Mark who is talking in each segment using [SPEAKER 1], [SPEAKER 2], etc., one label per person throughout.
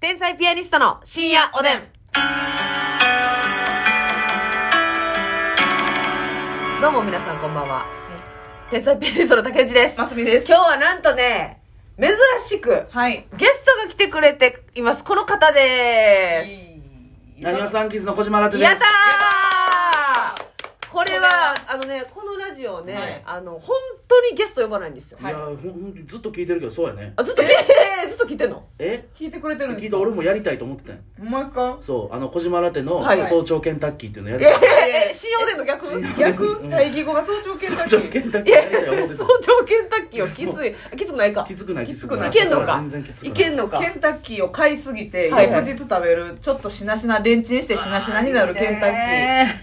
[SPEAKER 1] 天才ピアニストの深夜おでん。どうも皆さんこんばんは。天才ピアニストの竹内です。
[SPEAKER 2] ますみです。
[SPEAKER 1] 今日はなんとね、珍しく、
[SPEAKER 2] はい。
[SPEAKER 1] ゲストが来てくれています。この方で
[SPEAKER 3] なにわさんキズの小島ラ
[SPEAKER 1] す。
[SPEAKER 3] テです。
[SPEAKER 1] やったーこれ
[SPEAKER 2] これ
[SPEAKER 1] は
[SPEAKER 2] は、
[SPEAKER 1] あのね、このラジオね、
[SPEAKER 2] はい
[SPEAKER 1] あの、本当にゲスト呼ばないんですよ。
[SPEAKER 2] はい
[SPEAKER 3] いやほんほんとずっと聞いてるけどそうやね。
[SPEAKER 1] あずっと、えー、ずっと聞いてんの
[SPEAKER 3] え
[SPEAKER 2] 聞いてくれてるんです
[SPEAKER 3] 聞い
[SPEAKER 2] か
[SPEAKER 3] た俺もやりたいと思ってたんよ
[SPEAKER 2] ほんまですか
[SPEAKER 3] そうあの小島ラテの
[SPEAKER 1] はい
[SPEAKER 3] 早朝ケンタッキーっていうのや
[SPEAKER 1] え
[SPEAKER 3] り
[SPEAKER 1] ー
[SPEAKER 3] たい、
[SPEAKER 1] えー、信用での逆
[SPEAKER 3] 信用で
[SPEAKER 2] 逆
[SPEAKER 3] うん
[SPEAKER 2] 大義語が早朝系だ
[SPEAKER 3] 早朝
[SPEAKER 2] し
[SPEAKER 3] ケ。ンタッ
[SPEAKER 1] い
[SPEAKER 3] キー
[SPEAKER 1] や
[SPEAKER 3] やりたいと思って
[SPEAKER 1] 早
[SPEAKER 3] た
[SPEAKER 1] 朝ケンタッキーはきついあきつくないか
[SPEAKER 3] きつくない
[SPEAKER 2] き
[SPEAKER 3] き
[SPEAKER 2] つ
[SPEAKER 3] つ
[SPEAKER 2] く
[SPEAKER 3] く
[SPEAKER 2] な
[SPEAKER 3] ないい
[SPEAKER 1] いけんの
[SPEAKER 3] だら
[SPEAKER 1] か
[SPEAKER 3] 全然きつくない
[SPEAKER 1] いけんのか
[SPEAKER 2] ケンタッキーを買いすぎて、
[SPEAKER 1] はいは
[SPEAKER 2] 翌
[SPEAKER 1] い
[SPEAKER 2] 日食べる、ちょっとしなしな、レンチンしてしなしなになるケンタッ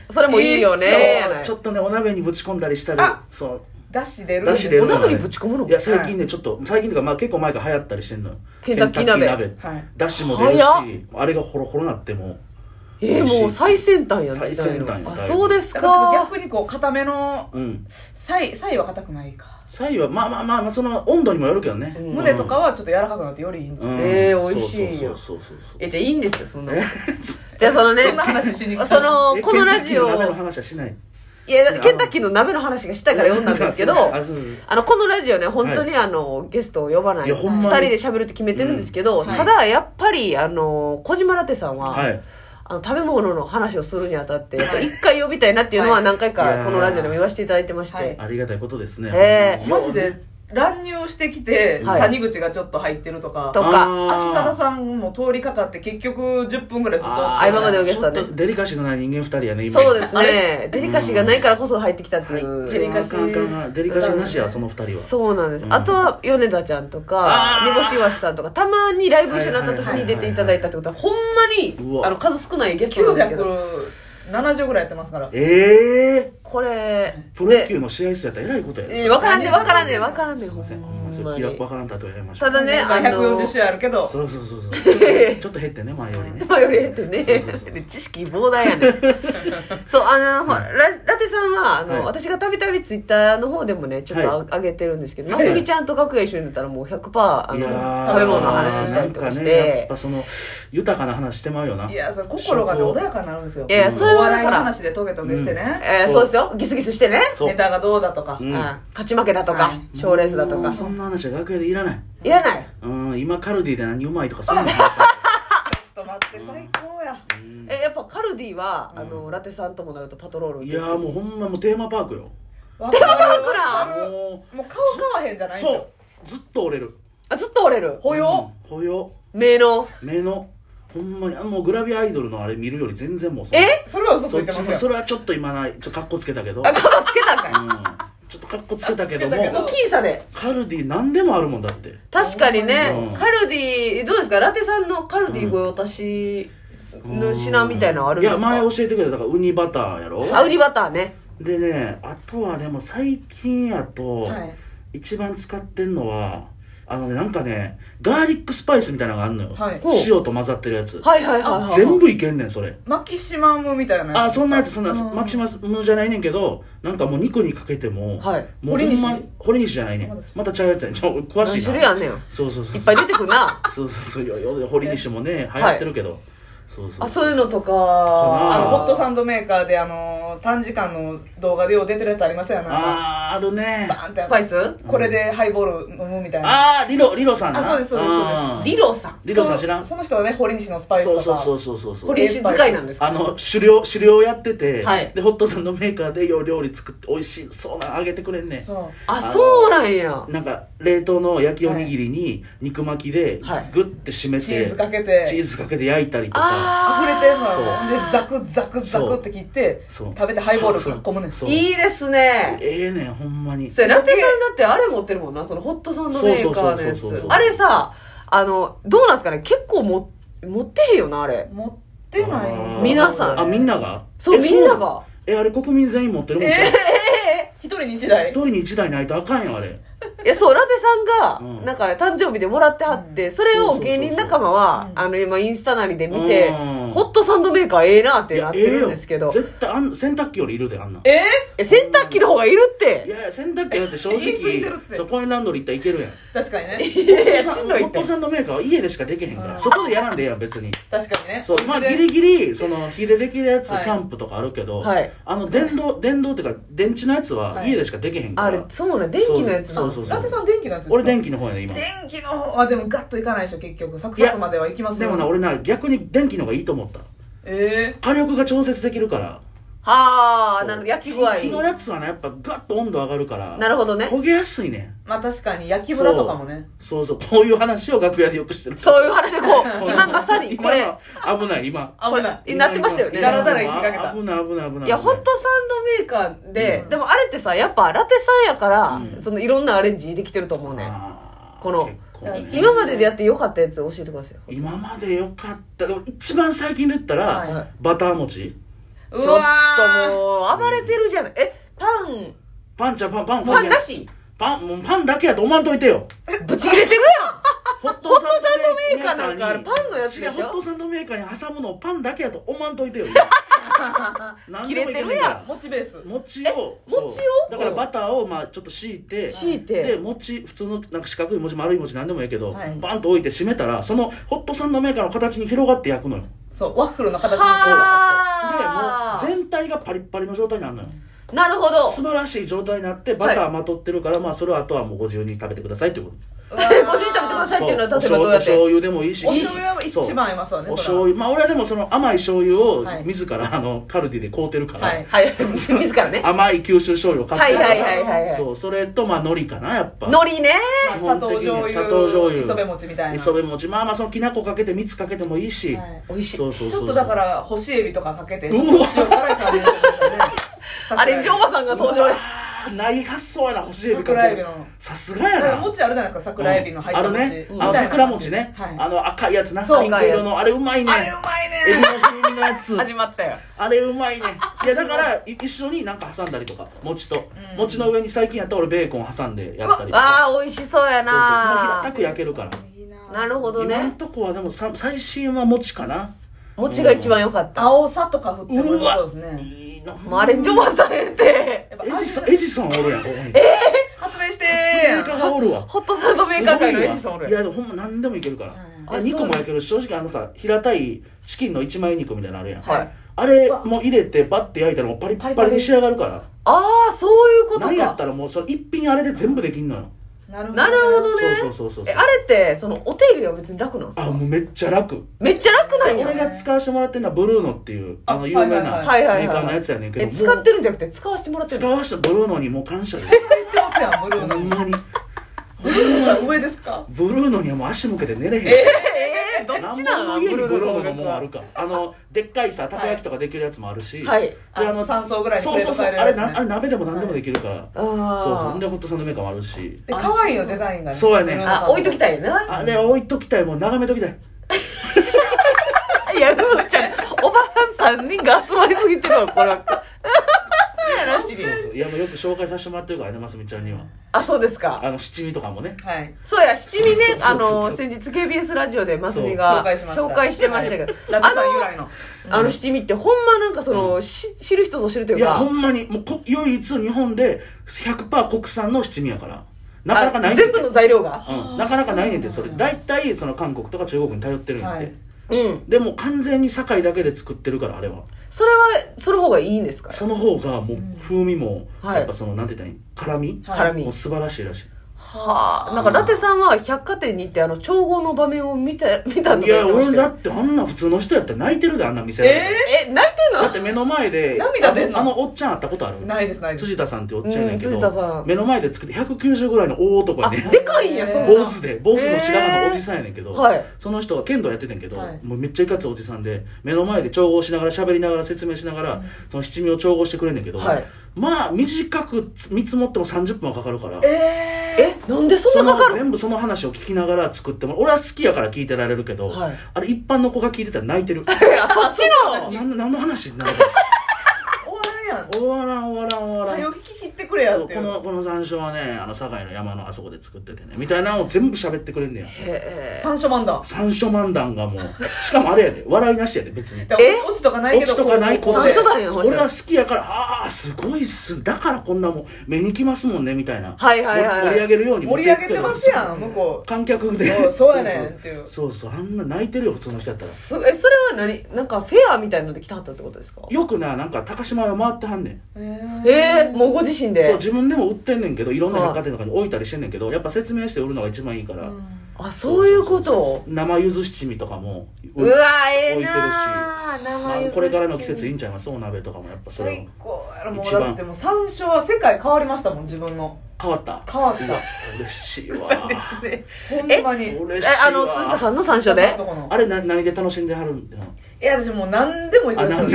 [SPEAKER 2] キー。
[SPEAKER 1] それもいいよね
[SPEAKER 2] いいっしょ
[SPEAKER 1] やない
[SPEAKER 3] ちょっとねお鍋にぶち込んだりしたり
[SPEAKER 2] あ
[SPEAKER 3] そ
[SPEAKER 2] だし出るん
[SPEAKER 3] う
[SPEAKER 2] で
[SPEAKER 3] だ
[SPEAKER 2] す
[SPEAKER 3] し出る
[SPEAKER 1] お
[SPEAKER 3] のが
[SPEAKER 1] 鍋
[SPEAKER 3] ね
[SPEAKER 1] にぶち込むの
[SPEAKER 3] いや最近ねちょっと最近とかまあ結構前から流行ったりしてんのよ
[SPEAKER 1] ケンタッキー鍋
[SPEAKER 3] ケンタッキ
[SPEAKER 2] はい
[SPEAKER 3] だしも出るし
[SPEAKER 1] 早っ
[SPEAKER 3] あれがホロホロなっても
[SPEAKER 1] えー、もう最先端やん
[SPEAKER 3] 最
[SPEAKER 1] 時代
[SPEAKER 3] 先端よ
[SPEAKER 1] のあ
[SPEAKER 3] だいぶ
[SPEAKER 1] そうです
[SPEAKER 2] だからちょっと
[SPEAKER 1] か
[SPEAKER 2] 逆にこう、固めの、
[SPEAKER 3] うん
[SPEAKER 2] サイ、サイは硬くないか。
[SPEAKER 3] サイはまあまあまあまあその温度にもよるけどね、
[SPEAKER 1] うん
[SPEAKER 2] 胸とかはちょっと柔らかくなってよりいいんです
[SPEAKER 3] う
[SPEAKER 2] よ。
[SPEAKER 3] ん
[SPEAKER 1] えー美味しいんや
[SPEAKER 3] そうそうそうそうそう
[SPEAKER 1] えじゃあいいんですよそんなのじゃあそのね
[SPEAKER 2] そんな話しに来た
[SPEAKER 1] その
[SPEAKER 3] え
[SPEAKER 1] このラジオ
[SPEAKER 3] ケンタッキーの鍋の話はしない
[SPEAKER 1] いやケンタッキーの鍋の話がしたいから読んだんですけど
[SPEAKER 3] あそう
[SPEAKER 1] あのこのラジオね本当にあの、ゲストを呼ばない
[SPEAKER 3] いやほん
[SPEAKER 1] 二
[SPEAKER 3] まに
[SPEAKER 1] 人で喋るって決めてるんですけど、
[SPEAKER 2] うんはい
[SPEAKER 1] ただやっぱりあの小島ラテさんは、
[SPEAKER 3] はい
[SPEAKER 1] あの食べ物の話をするにあたってやっぱ一回呼びたいなっていうのは
[SPEAKER 2] はい
[SPEAKER 1] 何回
[SPEAKER 3] い
[SPEAKER 1] か
[SPEAKER 3] やー
[SPEAKER 1] このラジオでも言わせていただいてまして、
[SPEAKER 2] はい
[SPEAKER 3] ありがたいことですね
[SPEAKER 1] ええ
[SPEAKER 2] マジで、乱入してきて、
[SPEAKER 1] はい
[SPEAKER 2] 谷口がちょっと入ってるとか、
[SPEAKER 1] とか
[SPEAKER 2] 秋貞さんも通りかかって結局10分ぐらいずっと。
[SPEAKER 1] あー今までのゲストはね
[SPEAKER 3] ちょっとデリカシーのない人間二人やね今
[SPEAKER 1] そうです
[SPEAKER 2] あ
[SPEAKER 1] ねデリカシーがないからこそ入ってきたっていう、
[SPEAKER 2] デリカシー
[SPEAKER 3] あかんあかんあかんデリカシーなしやその二人は
[SPEAKER 1] そうなんです、
[SPEAKER 3] うん
[SPEAKER 1] あとは米田ちゃんとか
[SPEAKER 3] あ
[SPEAKER 1] 煮
[SPEAKER 3] ー
[SPEAKER 1] 干しわしさんとかたまにライブ一緒になった時
[SPEAKER 3] はいはいは
[SPEAKER 1] に
[SPEAKER 3] いはい
[SPEAKER 1] 出ていただいたってことはほんまに
[SPEAKER 3] うわ
[SPEAKER 1] あの数少ないゲストなんですけど
[SPEAKER 2] 970ぐらいやってますから。
[SPEAKER 3] ええ
[SPEAKER 1] これ
[SPEAKER 3] プロ野球の試合数やったらえらいことや
[SPEAKER 1] でえ分からんね分からんね分からんね
[SPEAKER 3] すい
[SPEAKER 1] ほん
[SPEAKER 3] ませんほんまそ
[SPEAKER 1] ま
[SPEAKER 3] れ
[SPEAKER 1] に
[SPEAKER 3] いや分からんだとやりましょ
[SPEAKER 1] た
[SPEAKER 3] う
[SPEAKER 1] だねあの
[SPEAKER 2] 140試合あるけど、
[SPEAKER 3] そうそうそうそうちょっと減ってね前よりね
[SPEAKER 1] まあより減ってね
[SPEAKER 3] そうそうそう
[SPEAKER 1] 知識膨大やね そうあの、ほら
[SPEAKER 3] はい
[SPEAKER 1] ララテさんはあの、
[SPEAKER 3] はい
[SPEAKER 1] 私がたびたびツイッターの方でもねちょっとあ、
[SPEAKER 3] は
[SPEAKER 1] 上げてるんですけど、
[SPEAKER 3] はい
[SPEAKER 1] ますみちゃんと楽屋一緒になったらもう100%あの
[SPEAKER 3] いやー
[SPEAKER 1] 食べ物の話したりとかし
[SPEAKER 3] なんねやってぱその豊かな話してまうよない
[SPEAKER 2] や、それ心がね、穏やかになるんですよ。
[SPEAKER 1] いやいやそれはだから
[SPEAKER 2] お笑いの話でトゲトゲしてね、
[SPEAKER 1] えーそうですよギスギスしてね、
[SPEAKER 3] そう
[SPEAKER 2] ネタがどうだとか。
[SPEAKER 3] うん
[SPEAKER 1] うん勝ち負けだとか
[SPEAKER 2] は
[SPEAKER 1] 賞、レースだと
[SPEAKER 3] も
[SPEAKER 1] か
[SPEAKER 3] うそんな話は楽屋でいらない
[SPEAKER 1] いらない
[SPEAKER 3] うん今カルディで何うまいとかそ ういうの
[SPEAKER 2] ちょっと待って、最高や。
[SPEAKER 3] うん
[SPEAKER 1] えやっぱカルディは、あ
[SPEAKER 3] う
[SPEAKER 1] のラテさんともなるとパトロール
[SPEAKER 3] いやーもうほんまもうテーマパークよ
[SPEAKER 2] わかる
[SPEAKER 1] クラ
[SPEAKER 2] わかる
[SPEAKER 3] も
[SPEAKER 2] もう顔買わへんじゃ
[SPEAKER 3] う
[SPEAKER 2] ないんです
[SPEAKER 3] そ
[SPEAKER 2] よ。
[SPEAKER 3] うずっと折れる
[SPEAKER 1] あずっと折れる
[SPEAKER 2] ほよ。
[SPEAKER 3] うんほよ
[SPEAKER 1] 目の
[SPEAKER 3] 目のほんまにあもうグラビアアイドルのあれ見るより全然もうそ
[SPEAKER 1] え
[SPEAKER 2] それは嘘つ
[SPEAKER 3] そ
[SPEAKER 2] い
[SPEAKER 3] ってち
[SPEAKER 2] ます
[SPEAKER 3] そ
[SPEAKER 2] よ。
[SPEAKER 3] れはちょっと今ないちょっとカッコつけたけど、うん、
[SPEAKER 1] あ
[SPEAKER 3] ち
[SPEAKER 1] かつけたんかい
[SPEAKER 3] ょっとカッコつけたけど
[SPEAKER 2] カ
[SPEAKER 1] も
[SPEAKER 2] ッコつけたけ
[SPEAKER 1] う
[SPEAKER 3] も
[SPEAKER 2] ど
[SPEAKER 1] 僅差で
[SPEAKER 3] カルディ何でもあるもんだって
[SPEAKER 1] 確かにね
[SPEAKER 3] うん
[SPEAKER 1] カルディどうですかラテさんのカルディ御用達の品みたいなのあるん
[SPEAKER 3] い
[SPEAKER 1] です
[SPEAKER 3] や前
[SPEAKER 1] か
[SPEAKER 3] 教えてくれただからウニバターやろ
[SPEAKER 1] あウニバターね
[SPEAKER 3] でねあとはでも最近やと、
[SPEAKER 2] はい。
[SPEAKER 3] 一番使ってるのはあのねなんかねガーリックスパイスみたいなのがあるのよ、
[SPEAKER 2] はい
[SPEAKER 1] ほう
[SPEAKER 3] 塩と混ざってるやつ、
[SPEAKER 1] はいはいはいはい
[SPEAKER 3] 全部いけんねんそれ
[SPEAKER 2] マキシマムみたいな
[SPEAKER 3] あ
[SPEAKER 2] ですか
[SPEAKER 3] そんなやつそんなやつ
[SPEAKER 2] うん
[SPEAKER 3] マキシマムじゃないねんけどなんかもう肉にかけても、
[SPEAKER 1] はい
[SPEAKER 3] もうほんま堀西じゃないね
[SPEAKER 2] ま
[SPEAKER 3] ん
[SPEAKER 2] だ
[SPEAKER 3] またちゃうやつやねんちょ詳し
[SPEAKER 1] 何
[SPEAKER 3] い
[SPEAKER 1] 種
[SPEAKER 3] な
[SPEAKER 1] 類あんねん
[SPEAKER 3] そうそうそ
[SPEAKER 1] いうっぱい出てくんな
[SPEAKER 3] そうそうそうよよ堀西もね流行ってるけど、そうそう
[SPEAKER 1] あそういうのとか
[SPEAKER 2] あの、
[SPEAKER 3] あー
[SPEAKER 2] ホットサンドメーカーで、あの、短時間の動画でよう出てるやつありますよ、なんか。
[SPEAKER 3] あーあるね
[SPEAKER 2] バーンって。
[SPEAKER 1] スパイス
[SPEAKER 2] これでハイボール飲むみたいな。
[SPEAKER 3] ああリロリロさんな
[SPEAKER 2] あそうですそうですそうです
[SPEAKER 3] あー
[SPEAKER 1] リロさん
[SPEAKER 3] リロさん知らん
[SPEAKER 2] そのその人はね、堀西のスパイスと
[SPEAKER 3] そう
[SPEAKER 2] か。
[SPEAKER 3] そうそうそうそうそう
[SPEAKER 1] これ石使いなんですか
[SPEAKER 3] あの狩猟狩猟やってて、
[SPEAKER 1] はい
[SPEAKER 3] でホットさんのメーカーでよう料理作って美味しいそうなんあげてくれんねん
[SPEAKER 2] そう。
[SPEAKER 3] あ
[SPEAKER 1] あ
[SPEAKER 3] の
[SPEAKER 1] そうなんや
[SPEAKER 3] なんか冷凍の焼きおにぎりに肉巻きで
[SPEAKER 1] はい
[SPEAKER 3] グッて締めて、
[SPEAKER 2] チーズかけて
[SPEAKER 3] チーズかけて焼いたりとか
[SPEAKER 1] あ
[SPEAKER 2] 溢
[SPEAKER 1] ー
[SPEAKER 2] れてんのよ
[SPEAKER 3] そ
[SPEAKER 2] でザクザクザクって切って
[SPEAKER 3] そう
[SPEAKER 2] 食べてハイボール
[SPEAKER 3] そう
[SPEAKER 2] かっこむねん
[SPEAKER 3] そう
[SPEAKER 1] いいですね
[SPEAKER 3] ええねんほんまに
[SPEAKER 1] それラテさんだってあれ持ってるもんなそのホットサンドメーカーのや
[SPEAKER 3] そうそうそうそうそう
[SPEAKER 1] つ
[SPEAKER 3] そう
[SPEAKER 1] あれさあのどうなんですかね結構も持ってへんよなあれ
[SPEAKER 2] 持ってない
[SPEAKER 3] あー
[SPEAKER 1] 皆さん
[SPEAKER 3] あみんなが
[SPEAKER 1] そう
[SPEAKER 3] え
[SPEAKER 1] みんなが
[SPEAKER 3] えあれ国民全員持ってるもんちゃう
[SPEAKER 2] え一人に一台
[SPEAKER 3] 一人に一台ないとあかんよあれ
[SPEAKER 1] いや、そう、ラテさん
[SPEAKER 3] うん
[SPEAKER 1] が、なんか誕生日でもらってはって、それ
[SPEAKER 3] そうそう
[SPEAKER 1] を
[SPEAKER 3] そうそう
[SPEAKER 1] 芸人仲間は、
[SPEAKER 2] うん
[SPEAKER 1] あの、今インスタなりで見て、
[SPEAKER 3] うん
[SPEAKER 1] ホットサンドメーカーええなって
[SPEAKER 3] い
[SPEAKER 1] な
[SPEAKER 3] や
[SPEAKER 1] っ
[SPEAKER 3] え
[SPEAKER 1] て
[SPEAKER 3] え
[SPEAKER 1] る
[SPEAKER 3] よ
[SPEAKER 1] んですけど、
[SPEAKER 3] 絶対あん洗濯機よりいるであんなん
[SPEAKER 2] え
[SPEAKER 1] え洗濯機の方がいるっ
[SPEAKER 3] い
[SPEAKER 1] て。
[SPEAKER 3] やいや洗濯機だって正
[SPEAKER 2] 言い過ぎてるっ
[SPEAKER 3] 直
[SPEAKER 2] て
[SPEAKER 3] そこにランドリー行ったらいけるやん
[SPEAKER 2] 確かにね
[SPEAKER 1] いやいや、しんどい
[SPEAKER 3] ホ
[SPEAKER 1] っ
[SPEAKER 3] ット
[SPEAKER 1] て。
[SPEAKER 3] サンドメーカーは家でしかできへんから
[SPEAKER 2] うん
[SPEAKER 3] そこでやらんでええやん別に
[SPEAKER 2] 確かにね
[SPEAKER 3] そうまあ
[SPEAKER 2] うちで
[SPEAKER 3] ギリギリその火でできるやつキ
[SPEAKER 2] はい
[SPEAKER 3] ャンプとかあるけど、
[SPEAKER 1] はい
[SPEAKER 3] あの電 動電動っていうか電池のやつは
[SPEAKER 2] はい
[SPEAKER 3] 家でしかできへんか
[SPEAKER 1] あ
[SPEAKER 3] ら、
[SPEAKER 1] れ、そうね、電気のやつなんです
[SPEAKER 3] そうそうそう
[SPEAKER 2] 伊達さん電気なんですか
[SPEAKER 3] 俺電気の方やね今
[SPEAKER 2] 電気の方はでもガッといかないでしょ結局サクサクまではいきます
[SPEAKER 3] で
[SPEAKER 2] よ
[SPEAKER 3] もな俺な逆に電気の方がいいと思った
[SPEAKER 2] え
[SPEAKER 3] 火力が調節できるから
[SPEAKER 1] はあ、
[SPEAKER 3] そう
[SPEAKER 1] なるほど、焼き具合
[SPEAKER 3] 火。のやつはねやっぱガッと温度上がるから
[SPEAKER 1] なるほどね。
[SPEAKER 3] 焦げやすいね
[SPEAKER 2] ー、まあ確かに焼きムラとかもね
[SPEAKER 3] そうそうこういう話を楽屋でよくしてる
[SPEAKER 1] そういう話でこう、
[SPEAKER 3] ん
[SPEAKER 1] 今 まさに、これ、
[SPEAKER 3] 今の危ない今
[SPEAKER 1] これ
[SPEAKER 2] 危ない
[SPEAKER 1] えなってましたよね
[SPEAKER 3] 今の
[SPEAKER 2] だらだら引っ掛けた
[SPEAKER 3] 危ない危ない危ない
[SPEAKER 1] いや、ホットサンドメーカーで、
[SPEAKER 2] うん
[SPEAKER 1] でもあれってさ、やっぱラテさんやから、
[SPEAKER 3] うん
[SPEAKER 1] そのいろんなアレンジできてると思うね。
[SPEAKER 3] あー
[SPEAKER 1] この
[SPEAKER 3] 結構ね
[SPEAKER 2] い
[SPEAKER 1] 今まででやって良かったやつ教えてください。
[SPEAKER 3] 今までよかったでも一番最近で言ったら、
[SPEAKER 2] はい
[SPEAKER 1] はいう
[SPEAKER 3] バター餅
[SPEAKER 2] う
[SPEAKER 1] ちょっ
[SPEAKER 2] わー
[SPEAKER 1] ともう、暴れてるじゃない。え、パン、
[SPEAKER 3] パンちゃんパンパン
[SPEAKER 1] パンなし
[SPEAKER 3] パンもうパンだけやと思わんといてよ
[SPEAKER 1] ぶち切れてるやん
[SPEAKER 3] ホット
[SPEAKER 1] ホットサンドメーカーなんかあるパンのやつでしょ
[SPEAKER 3] 違うホットサンドメーカーに挟むのをパンだけやと思わんといてよ 何
[SPEAKER 1] 切
[SPEAKER 3] で
[SPEAKER 1] れ
[SPEAKER 3] も
[SPEAKER 1] て
[SPEAKER 3] いけ
[SPEAKER 1] る
[SPEAKER 3] る
[SPEAKER 1] や
[SPEAKER 3] か
[SPEAKER 1] ん
[SPEAKER 3] ら
[SPEAKER 2] 餅ベース
[SPEAKER 3] 餅を
[SPEAKER 1] え餅を
[SPEAKER 3] そうだからバターをまあちょっと敷いて
[SPEAKER 1] 敷いて
[SPEAKER 3] で餅普通のなんか四角い餅丸い餅なんでもいいけど、
[SPEAKER 2] はい
[SPEAKER 3] バンと置いて閉めたらそのホットサンドメーカーの形に広がって焼くのよ
[SPEAKER 2] そうワッフルの 形に
[SPEAKER 1] は
[SPEAKER 3] でもう全体がパリッパリの状態になるのよ
[SPEAKER 1] ーなるほど。
[SPEAKER 3] 素晴らしい状態になってバターまとってるから、まあそれはあとはもうご自由に食べてくださいっていうこと
[SPEAKER 2] うわー
[SPEAKER 1] え、ご自由に食べてくださいっていうのは、例えばどうやって
[SPEAKER 3] お醤油お醤油でもいいし
[SPEAKER 2] お醤油は一番合いますわね
[SPEAKER 3] お
[SPEAKER 2] それ
[SPEAKER 3] 醤
[SPEAKER 2] は
[SPEAKER 3] 油まあ俺はでもその甘い醤油を
[SPEAKER 2] はい
[SPEAKER 3] 自ら、あのカルディで買うてるから、
[SPEAKER 2] はい
[SPEAKER 1] はい、自らね。
[SPEAKER 3] 甘い九州醤油を買ってるから、
[SPEAKER 1] はいはいはいはいはい
[SPEAKER 3] そうそれとまあ海苔かなやっぱ
[SPEAKER 1] 海苔ね。
[SPEAKER 3] 基
[SPEAKER 2] 砂
[SPEAKER 3] 本
[SPEAKER 2] 糖
[SPEAKER 3] 的に
[SPEAKER 2] 醤油
[SPEAKER 3] 砂糖醤油
[SPEAKER 2] 磯辺餅みたいな
[SPEAKER 3] 磯辺餅まあまあそのきな粉かけて蜜かけてもいいし、
[SPEAKER 2] はい
[SPEAKER 1] 美味しい
[SPEAKER 3] そ。うそうそ
[SPEAKER 2] ち
[SPEAKER 3] うそう
[SPEAKER 2] ょっとだから干しエビとかかけてち
[SPEAKER 3] う
[SPEAKER 2] ょ
[SPEAKER 3] わ
[SPEAKER 2] っと塩辛い感じにしてましたね
[SPEAKER 1] アレンジおばさんが登場です。
[SPEAKER 3] あーない発想やな干しエビか
[SPEAKER 2] 桜
[SPEAKER 3] け
[SPEAKER 2] エビ
[SPEAKER 3] る
[SPEAKER 2] の
[SPEAKER 3] さすが
[SPEAKER 2] だか
[SPEAKER 3] や
[SPEAKER 2] ら
[SPEAKER 3] な
[SPEAKER 2] 餅あるじゃないですか桜エビの入った
[SPEAKER 3] うんあ
[SPEAKER 2] 餅
[SPEAKER 3] るねあ
[SPEAKER 2] み
[SPEAKER 3] の
[SPEAKER 2] たいな
[SPEAKER 3] 桜餅ね、
[SPEAKER 2] はい
[SPEAKER 3] あの赤いやつな
[SPEAKER 1] そう
[SPEAKER 3] ピンク色のあれうまいね
[SPEAKER 2] あれう
[SPEAKER 3] エビ
[SPEAKER 2] まい
[SPEAKER 3] の
[SPEAKER 2] ね
[SPEAKER 3] 風味のやつ
[SPEAKER 1] まったよ。
[SPEAKER 3] あれうまいねいやだからい一緒になんか挟んだりとか餅と、
[SPEAKER 2] うん
[SPEAKER 3] 餅の上に最近やったら俺ベーコン挟んでやったりとか
[SPEAKER 1] あー、美味しそうや
[SPEAKER 3] そうそうまあ
[SPEAKER 1] な
[SPEAKER 3] 平たく焼けるから
[SPEAKER 2] いい
[SPEAKER 1] なるほど
[SPEAKER 3] 今ん
[SPEAKER 1] ね。
[SPEAKER 3] とこはでもさ最新は餅かな
[SPEAKER 1] 餅が一番良かった。
[SPEAKER 2] 青さとか振っても良さそうですね
[SPEAKER 3] いいな
[SPEAKER 1] もうアレンジおばさんやって。
[SPEAKER 2] やっぱ
[SPEAKER 3] エジソン
[SPEAKER 2] 味
[SPEAKER 3] エジソンおるやんここにえ
[SPEAKER 2] 発明して
[SPEAKER 3] メーカーがおるわ
[SPEAKER 1] ホットサンドメーカー界のエジソンお
[SPEAKER 3] すごいわ
[SPEAKER 1] る
[SPEAKER 3] い
[SPEAKER 1] やん
[SPEAKER 3] やでもほんま何でもいけるから、
[SPEAKER 1] うんあ
[SPEAKER 3] え肉
[SPEAKER 1] そう
[SPEAKER 3] も
[SPEAKER 1] です
[SPEAKER 3] やけど正直あのさ平たいチキンの一枚肉みたいなのあるやん、
[SPEAKER 1] はい。
[SPEAKER 3] あれも入れてバッて焼いたらもうパリッパリに仕上がるから
[SPEAKER 1] あー、そういうこと
[SPEAKER 3] 何やっ
[SPEAKER 1] か。
[SPEAKER 3] たらもうその一品あれで全部できんのよ、
[SPEAKER 2] なるほど
[SPEAKER 1] なるほどね。
[SPEAKER 3] そうそうそうそう
[SPEAKER 1] え、あれって、その、お手入れは別に楽なんです
[SPEAKER 3] あ
[SPEAKER 1] か
[SPEAKER 3] もうめっちゃ楽
[SPEAKER 1] めっちゃ楽なん
[SPEAKER 3] 俺
[SPEAKER 1] や。
[SPEAKER 3] が使わせてもらってるのはブルーノっていうあの
[SPEAKER 2] あ
[SPEAKER 3] 有名な
[SPEAKER 2] はい
[SPEAKER 1] はいはいはい
[SPEAKER 3] メーカーのやつやねんけど
[SPEAKER 1] え、
[SPEAKER 3] もう
[SPEAKER 1] 使ってるんじゃなくて、使わせてもらってる
[SPEAKER 3] 使
[SPEAKER 1] の
[SPEAKER 3] わせたブルーノにもう感 謝です
[SPEAKER 2] 言ってますやんブルー
[SPEAKER 3] ほん
[SPEAKER 2] の
[SPEAKER 3] まに
[SPEAKER 2] ブルーのさ上ですか
[SPEAKER 3] ブルーノにはもう足向けて寝れへん
[SPEAKER 1] えー、どっちなの
[SPEAKER 3] 何も家にブルーノのもんあるかあのでっかいさたこ焼きとかできるやつもあるし、
[SPEAKER 1] はい。
[SPEAKER 2] あの3層ぐらいの
[SPEAKER 3] そう
[SPEAKER 2] プレート
[SPEAKER 3] そうそう
[SPEAKER 2] さ
[SPEAKER 3] あ
[SPEAKER 2] れるや
[SPEAKER 3] れなあ
[SPEAKER 2] つ
[SPEAKER 3] れ
[SPEAKER 2] ね
[SPEAKER 3] 鍋でも何でもできるから、
[SPEAKER 1] あー
[SPEAKER 3] そうそうでホットサンドメーカーもあるし
[SPEAKER 2] で
[SPEAKER 1] あ
[SPEAKER 2] 可愛いのデザインがね
[SPEAKER 3] そうやね
[SPEAKER 2] ブルーノさん
[SPEAKER 1] あ、置いときたいな。
[SPEAKER 3] あれ置いときたいもう眺めときたい
[SPEAKER 1] いや、でもちゃん、おばあん3人が集まりすぎてるわ、これ。やらしい
[SPEAKER 3] そうそういやもうよく紹介させてもらってるからねますみちゃんには
[SPEAKER 1] あ、そうですか。
[SPEAKER 3] あの七味とかもね
[SPEAKER 2] はい
[SPEAKER 1] そうや、七味ね、
[SPEAKER 3] そうそ
[SPEAKER 1] あ
[SPEAKER 3] うそうそう
[SPEAKER 1] の、先日 KBS ラジオでマスミ
[SPEAKER 2] 紹
[SPEAKER 1] が
[SPEAKER 2] 介しました
[SPEAKER 1] 紹介してましたけど、
[SPEAKER 2] ラブさん由来の
[SPEAKER 1] あの七味ってほんまなんかその、し知る人ぞ知ると
[SPEAKER 3] い
[SPEAKER 1] いう
[SPEAKER 3] や
[SPEAKER 1] か
[SPEAKER 3] ほ、んまにもうこ唯一日本で100%国産の七味やからなかなかな
[SPEAKER 1] あ
[SPEAKER 3] いねん
[SPEAKER 1] 全
[SPEAKER 3] て
[SPEAKER 1] 部の材料が。
[SPEAKER 3] うん、なかなかないねんてそ
[SPEAKER 2] そう
[SPEAKER 3] れ
[SPEAKER 2] なんだ
[SPEAKER 3] 大体その韓国とか中国に頼ってるんやって、
[SPEAKER 2] はい
[SPEAKER 1] うん。
[SPEAKER 3] でも完全に堺だけで作ってるからあれは
[SPEAKER 1] それは、その方がいいんですか
[SPEAKER 3] その方がもう風味も、
[SPEAKER 1] はい
[SPEAKER 3] やっぱそのなんて言ったらいいん辛み、
[SPEAKER 2] はい
[SPEAKER 1] 辛み
[SPEAKER 3] もう。素晴らしいらしい
[SPEAKER 1] はあ、なんかラテさんは百貨店に行って、あの、調合の場面を見て、 見たとか
[SPEAKER 3] い
[SPEAKER 1] 言っ
[SPEAKER 3] や
[SPEAKER 1] てまし
[SPEAKER 3] 俺
[SPEAKER 1] た
[SPEAKER 3] だ
[SPEAKER 1] よ。
[SPEAKER 3] ってあんな普通の人やったら泣いてるであんな店
[SPEAKER 2] え
[SPEAKER 1] え、泣い
[SPEAKER 3] だって目の前で
[SPEAKER 2] 涙出んの
[SPEAKER 3] あのあのおっちゃん会ったことある
[SPEAKER 2] ーないですないです
[SPEAKER 3] 辻田さんっておっちゃんやねんけど、
[SPEAKER 1] うん辻田さん
[SPEAKER 3] 目の前で作って190ぐらいの大男や
[SPEAKER 1] て
[SPEAKER 3] ね
[SPEAKER 1] んのあ、
[SPEAKER 3] ん
[SPEAKER 1] でかいんや、そんな。
[SPEAKER 3] 坊主で坊主の白髪のおじさんやねんけど、
[SPEAKER 1] はい
[SPEAKER 3] その人が剣道やっててんけど、
[SPEAKER 2] はい
[SPEAKER 3] もうめっちゃいかついおじさんで目の前で調合しながら喋りながら説明しながら、その七味を調合してくれんねんけど、
[SPEAKER 1] はい
[SPEAKER 3] まあ短く見積もっても30分はかかるから
[SPEAKER 2] えー
[SPEAKER 1] え、なんでそんなかか
[SPEAKER 3] の
[SPEAKER 1] る
[SPEAKER 3] 全部その話を聞きながら作っても俺は好きやから聞いてられるけど、
[SPEAKER 1] はい
[SPEAKER 3] あれ一般 の子が聞いてたら泣いて
[SPEAKER 1] い
[SPEAKER 3] る
[SPEAKER 1] や、そっちの
[SPEAKER 3] 何の何の話になる
[SPEAKER 2] 終わらんやん
[SPEAKER 3] 終わらん終わらん終わら
[SPEAKER 2] 早
[SPEAKER 3] ん
[SPEAKER 2] く聞き切ってくれや
[SPEAKER 3] そ
[SPEAKER 2] っ
[SPEAKER 3] う
[SPEAKER 2] て
[SPEAKER 3] このこの山椒はねあの堺の山のあそこで作っててねみたいなのを全部喋ってくれんねや
[SPEAKER 1] へえ
[SPEAKER 2] 三所漫談
[SPEAKER 3] 山椒漫談がもうしかもあれやで笑いなしやで別に
[SPEAKER 2] だから落ち落ちとかないけ
[SPEAKER 3] 落
[SPEAKER 2] ど
[SPEAKER 3] ちとかない子
[SPEAKER 1] う
[SPEAKER 3] で
[SPEAKER 1] 山椒だよ
[SPEAKER 3] 俺は好きやからああすごいっすだからこんなもん目にきますもんねみたいな
[SPEAKER 1] はいはいはい
[SPEAKER 3] 盛り上げるように
[SPEAKER 2] 盛り上げてます
[SPEAKER 3] ん
[SPEAKER 2] やん向こ
[SPEAKER 3] 観客で
[SPEAKER 2] そうそうやねんっていう
[SPEAKER 3] そうそうそうそうあんな泣いてるよ普通の人やったら
[SPEAKER 1] すえそれは何なんかフェアみたいので来たはったってことですか
[SPEAKER 3] よくななんか高島屋回ってはんねん
[SPEAKER 2] う
[SPEAKER 1] えー、もうご自身
[SPEAKER 3] そう
[SPEAKER 1] で
[SPEAKER 3] 自分でも売ってんねんけどいろんな百貨店とかに置いたりしてんねんけどやっぱ説明して売るのが一番いいから、
[SPEAKER 2] うん
[SPEAKER 1] あそういうこと
[SPEAKER 3] 生ゆず七味とかも
[SPEAKER 1] うわええ
[SPEAKER 3] 置いてるし
[SPEAKER 1] なー
[SPEAKER 3] ま
[SPEAKER 1] 生
[SPEAKER 3] あ
[SPEAKER 1] ゆず
[SPEAKER 3] これからの季節いいんちゃいますお鍋とかもやっぱそれ
[SPEAKER 2] 最
[SPEAKER 3] は
[SPEAKER 2] 高やろもう
[SPEAKER 3] 一番
[SPEAKER 2] だってもう山椒は世界変わりましたもん自分の
[SPEAKER 3] 変わった
[SPEAKER 2] 変わっ
[SPEAKER 3] うわ
[SPEAKER 2] た
[SPEAKER 3] 嬉しいう
[SPEAKER 1] る
[SPEAKER 3] わ
[SPEAKER 1] さいですね
[SPEAKER 2] ほんまに
[SPEAKER 3] 嬉し
[SPEAKER 1] え
[SPEAKER 3] いわ
[SPEAKER 1] あの鈴田さんの山椒で
[SPEAKER 2] どこの
[SPEAKER 3] あれな何で楽しんではるんだよ
[SPEAKER 2] いや私もう何でもいく
[SPEAKER 3] あ
[SPEAKER 2] やつ
[SPEAKER 3] 何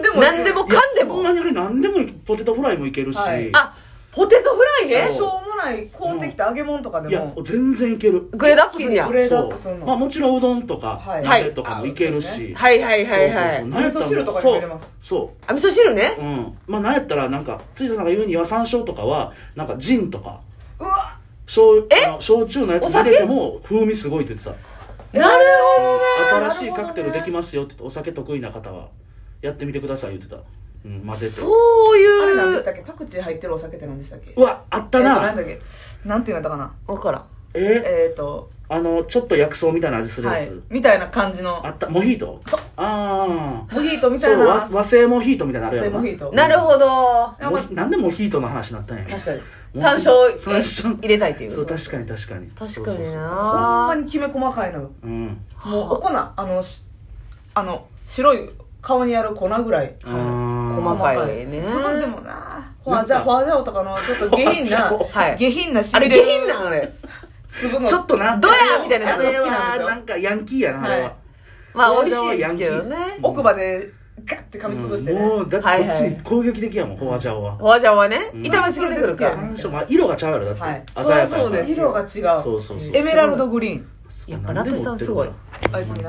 [SPEAKER 3] でも
[SPEAKER 2] 何でもい
[SPEAKER 1] 何でも
[SPEAKER 2] く
[SPEAKER 1] かんで
[SPEAKER 3] ほん
[SPEAKER 1] も
[SPEAKER 3] まにあれ何でもいいポテトフライもいけるし、
[SPEAKER 2] はい
[SPEAKER 1] あポテトフライ
[SPEAKER 2] え
[SPEAKER 1] ね
[SPEAKER 2] しょうもない凍ってきた揚げ物とか
[SPEAKER 3] い
[SPEAKER 2] で
[SPEAKER 3] や
[SPEAKER 2] も
[SPEAKER 3] 全然いける
[SPEAKER 1] グレードアップすんや
[SPEAKER 2] グレードアップすん
[SPEAKER 3] そう
[SPEAKER 2] の
[SPEAKER 3] まあもちろんうどんとか
[SPEAKER 2] はい
[SPEAKER 3] 鍋とかもいけるし、
[SPEAKER 2] はい
[SPEAKER 1] はいはいはいはい
[SPEAKER 3] そうそうそう
[SPEAKER 2] 味噌汁とかにも入れます
[SPEAKER 3] そう
[SPEAKER 1] あ味噌汁ね
[SPEAKER 3] そううんまあなんやったらなんか辻田さんが言うには山椒とかはなんかジンとか
[SPEAKER 2] うわ
[SPEAKER 3] 焼
[SPEAKER 1] え
[SPEAKER 3] あの焼酎のやつ
[SPEAKER 1] お
[SPEAKER 3] だ
[SPEAKER 1] 酒
[SPEAKER 3] けでも風味すごいって言ってた
[SPEAKER 1] なる
[SPEAKER 3] 新しいカクテルできますよって言ってお酒得意な方はやってみてください言ってた、うん、混
[SPEAKER 1] ほ
[SPEAKER 3] ぜ
[SPEAKER 1] ど
[SPEAKER 3] て
[SPEAKER 1] そう
[SPEAKER 2] あれ何
[SPEAKER 1] い
[SPEAKER 2] でし
[SPEAKER 1] う
[SPEAKER 2] たっけパクチー入ってるお酒って何でしたっけ
[SPEAKER 3] うわあった
[SPEAKER 2] えっと何
[SPEAKER 3] な
[SPEAKER 2] だっけなんていうんだったかな
[SPEAKER 1] わからん
[SPEAKER 3] え
[SPEAKER 2] えっ、ー、と
[SPEAKER 3] あのちょっと薬草みたいな味する
[SPEAKER 2] は
[SPEAKER 3] や
[SPEAKER 2] い
[SPEAKER 3] つ、
[SPEAKER 2] みたいな感じの
[SPEAKER 3] あったモヒート
[SPEAKER 2] そう
[SPEAKER 3] ああ
[SPEAKER 2] モヒートみた
[SPEAKER 3] そ
[SPEAKER 2] いう
[SPEAKER 3] 和
[SPEAKER 2] な
[SPEAKER 3] 和製モヒートみたいなのある
[SPEAKER 2] セ
[SPEAKER 3] やろ
[SPEAKER 2] モヒート
[SPEAKER 1] なるほど
[SPEAKER 2] あんま
[SPEAKER 3] もなんでモヒートの話になったんや
[SPEAKER 1] 確かに
[SPEAKER 3] モヒ
[SPEAKER 1] 山椒
[SPEAKER 3] 山椒
[SPEAKER 1] 入れたいってい
[SPEAKER 3] そうう確かに確かに
[SPEAKER 1] 確か
[SPEAKER 3] そうそう
[SPEAKER 1] に
[SPEAKER 3] そう
[SPEAKER 2] ほんま
[SPEAKER 1] な
[SPEAKER 2] にきめ細かいのよ
[SPEAKER 3] うん
[SPEAKER 2] もうお粉あのしあの白い顔にある粉ぐらい
[SPEAKER 3] あー
[SPEAKER 1] 細かいね
[SPEAKER 2] つまんでもなフ
[SPEAKER 3] な
[SPEAKER 2] ァー
[SPEAKER 3] んか
[SPEAKER 2] ザファーザオとかのちょっと下品な
[SPEAKER 3] ファーザオ
[SPEAKER 1] はい
[SPEAKER 2] 下品なし
[SPEAKER 1] あれ
[SPEAKER 2] び
[SPEAKER 1] 下
[SPEAKER 2] れ
[SPEAKER 1] 品なのね
[SPEAKER 2] 粒の
[SPEAKER 3] ちょっとな
[SPEAKER 1] どやみたいなやつ
[SPEAKER 3] あれ
[SPEAKER 2] 好きなん
[SPEAKER 3] は
[SPEAKER 2] ですよ
[SPEAKER 3] なんかヤンキーやなあれは
[SPEAKER 1] まあ
[SPEAKER 3] フォア
[SPEAKER 1] 美味
[SPEAKER 3] ジャオ
[SPEAKER 1] し
[SPEAKER 3] はい
[SPEAKER 1] で
[SPEAKER 3] ヤ
[SPEAKER 1] す
[SPEAKER 3] ンキ
[SPEAKER 1] け
[SPEAKER 3] ー
[SPEAKER 1] どね
[SPEAKER 2] 奥歯でガッて噛みつぶしてね、
[SPEAKER 3] うんもうだってこっち
[SPEAKER 1] はいは
[SPEAKER 3] に
[SPEAKER 1] い
[SPEAKER 3] 攻撃的やもんフォアジャオは
[SPEAKER 1] フォアジャオはね
[SPEAKER 3] うん
[SPEAKER 1] 炒めすぎてくるか
[SPEAKER 2] 山
[SPEAKER 1] ら
[SPEAKER 3] 山椒まあ色が違うやろだって
[SPEAKER 2] はい
[SPEAKER 3] 鮮やかやから
[SPEAKER 1] そりゃそうですよ
[SPEAKER 2] 色が違う
[SPEAKER 3] そうそうそう
[SPEAKER 2] エメラルドグリーン
[SPEAKER 3] そう
[SPEAKER 1] やっぱラテさんすごい
[SPEAKER 3] 何でも売ってるか
[SPEAKER 2] お
[SPEAKER 3] ら
[SPEAKER 2] やすみなさい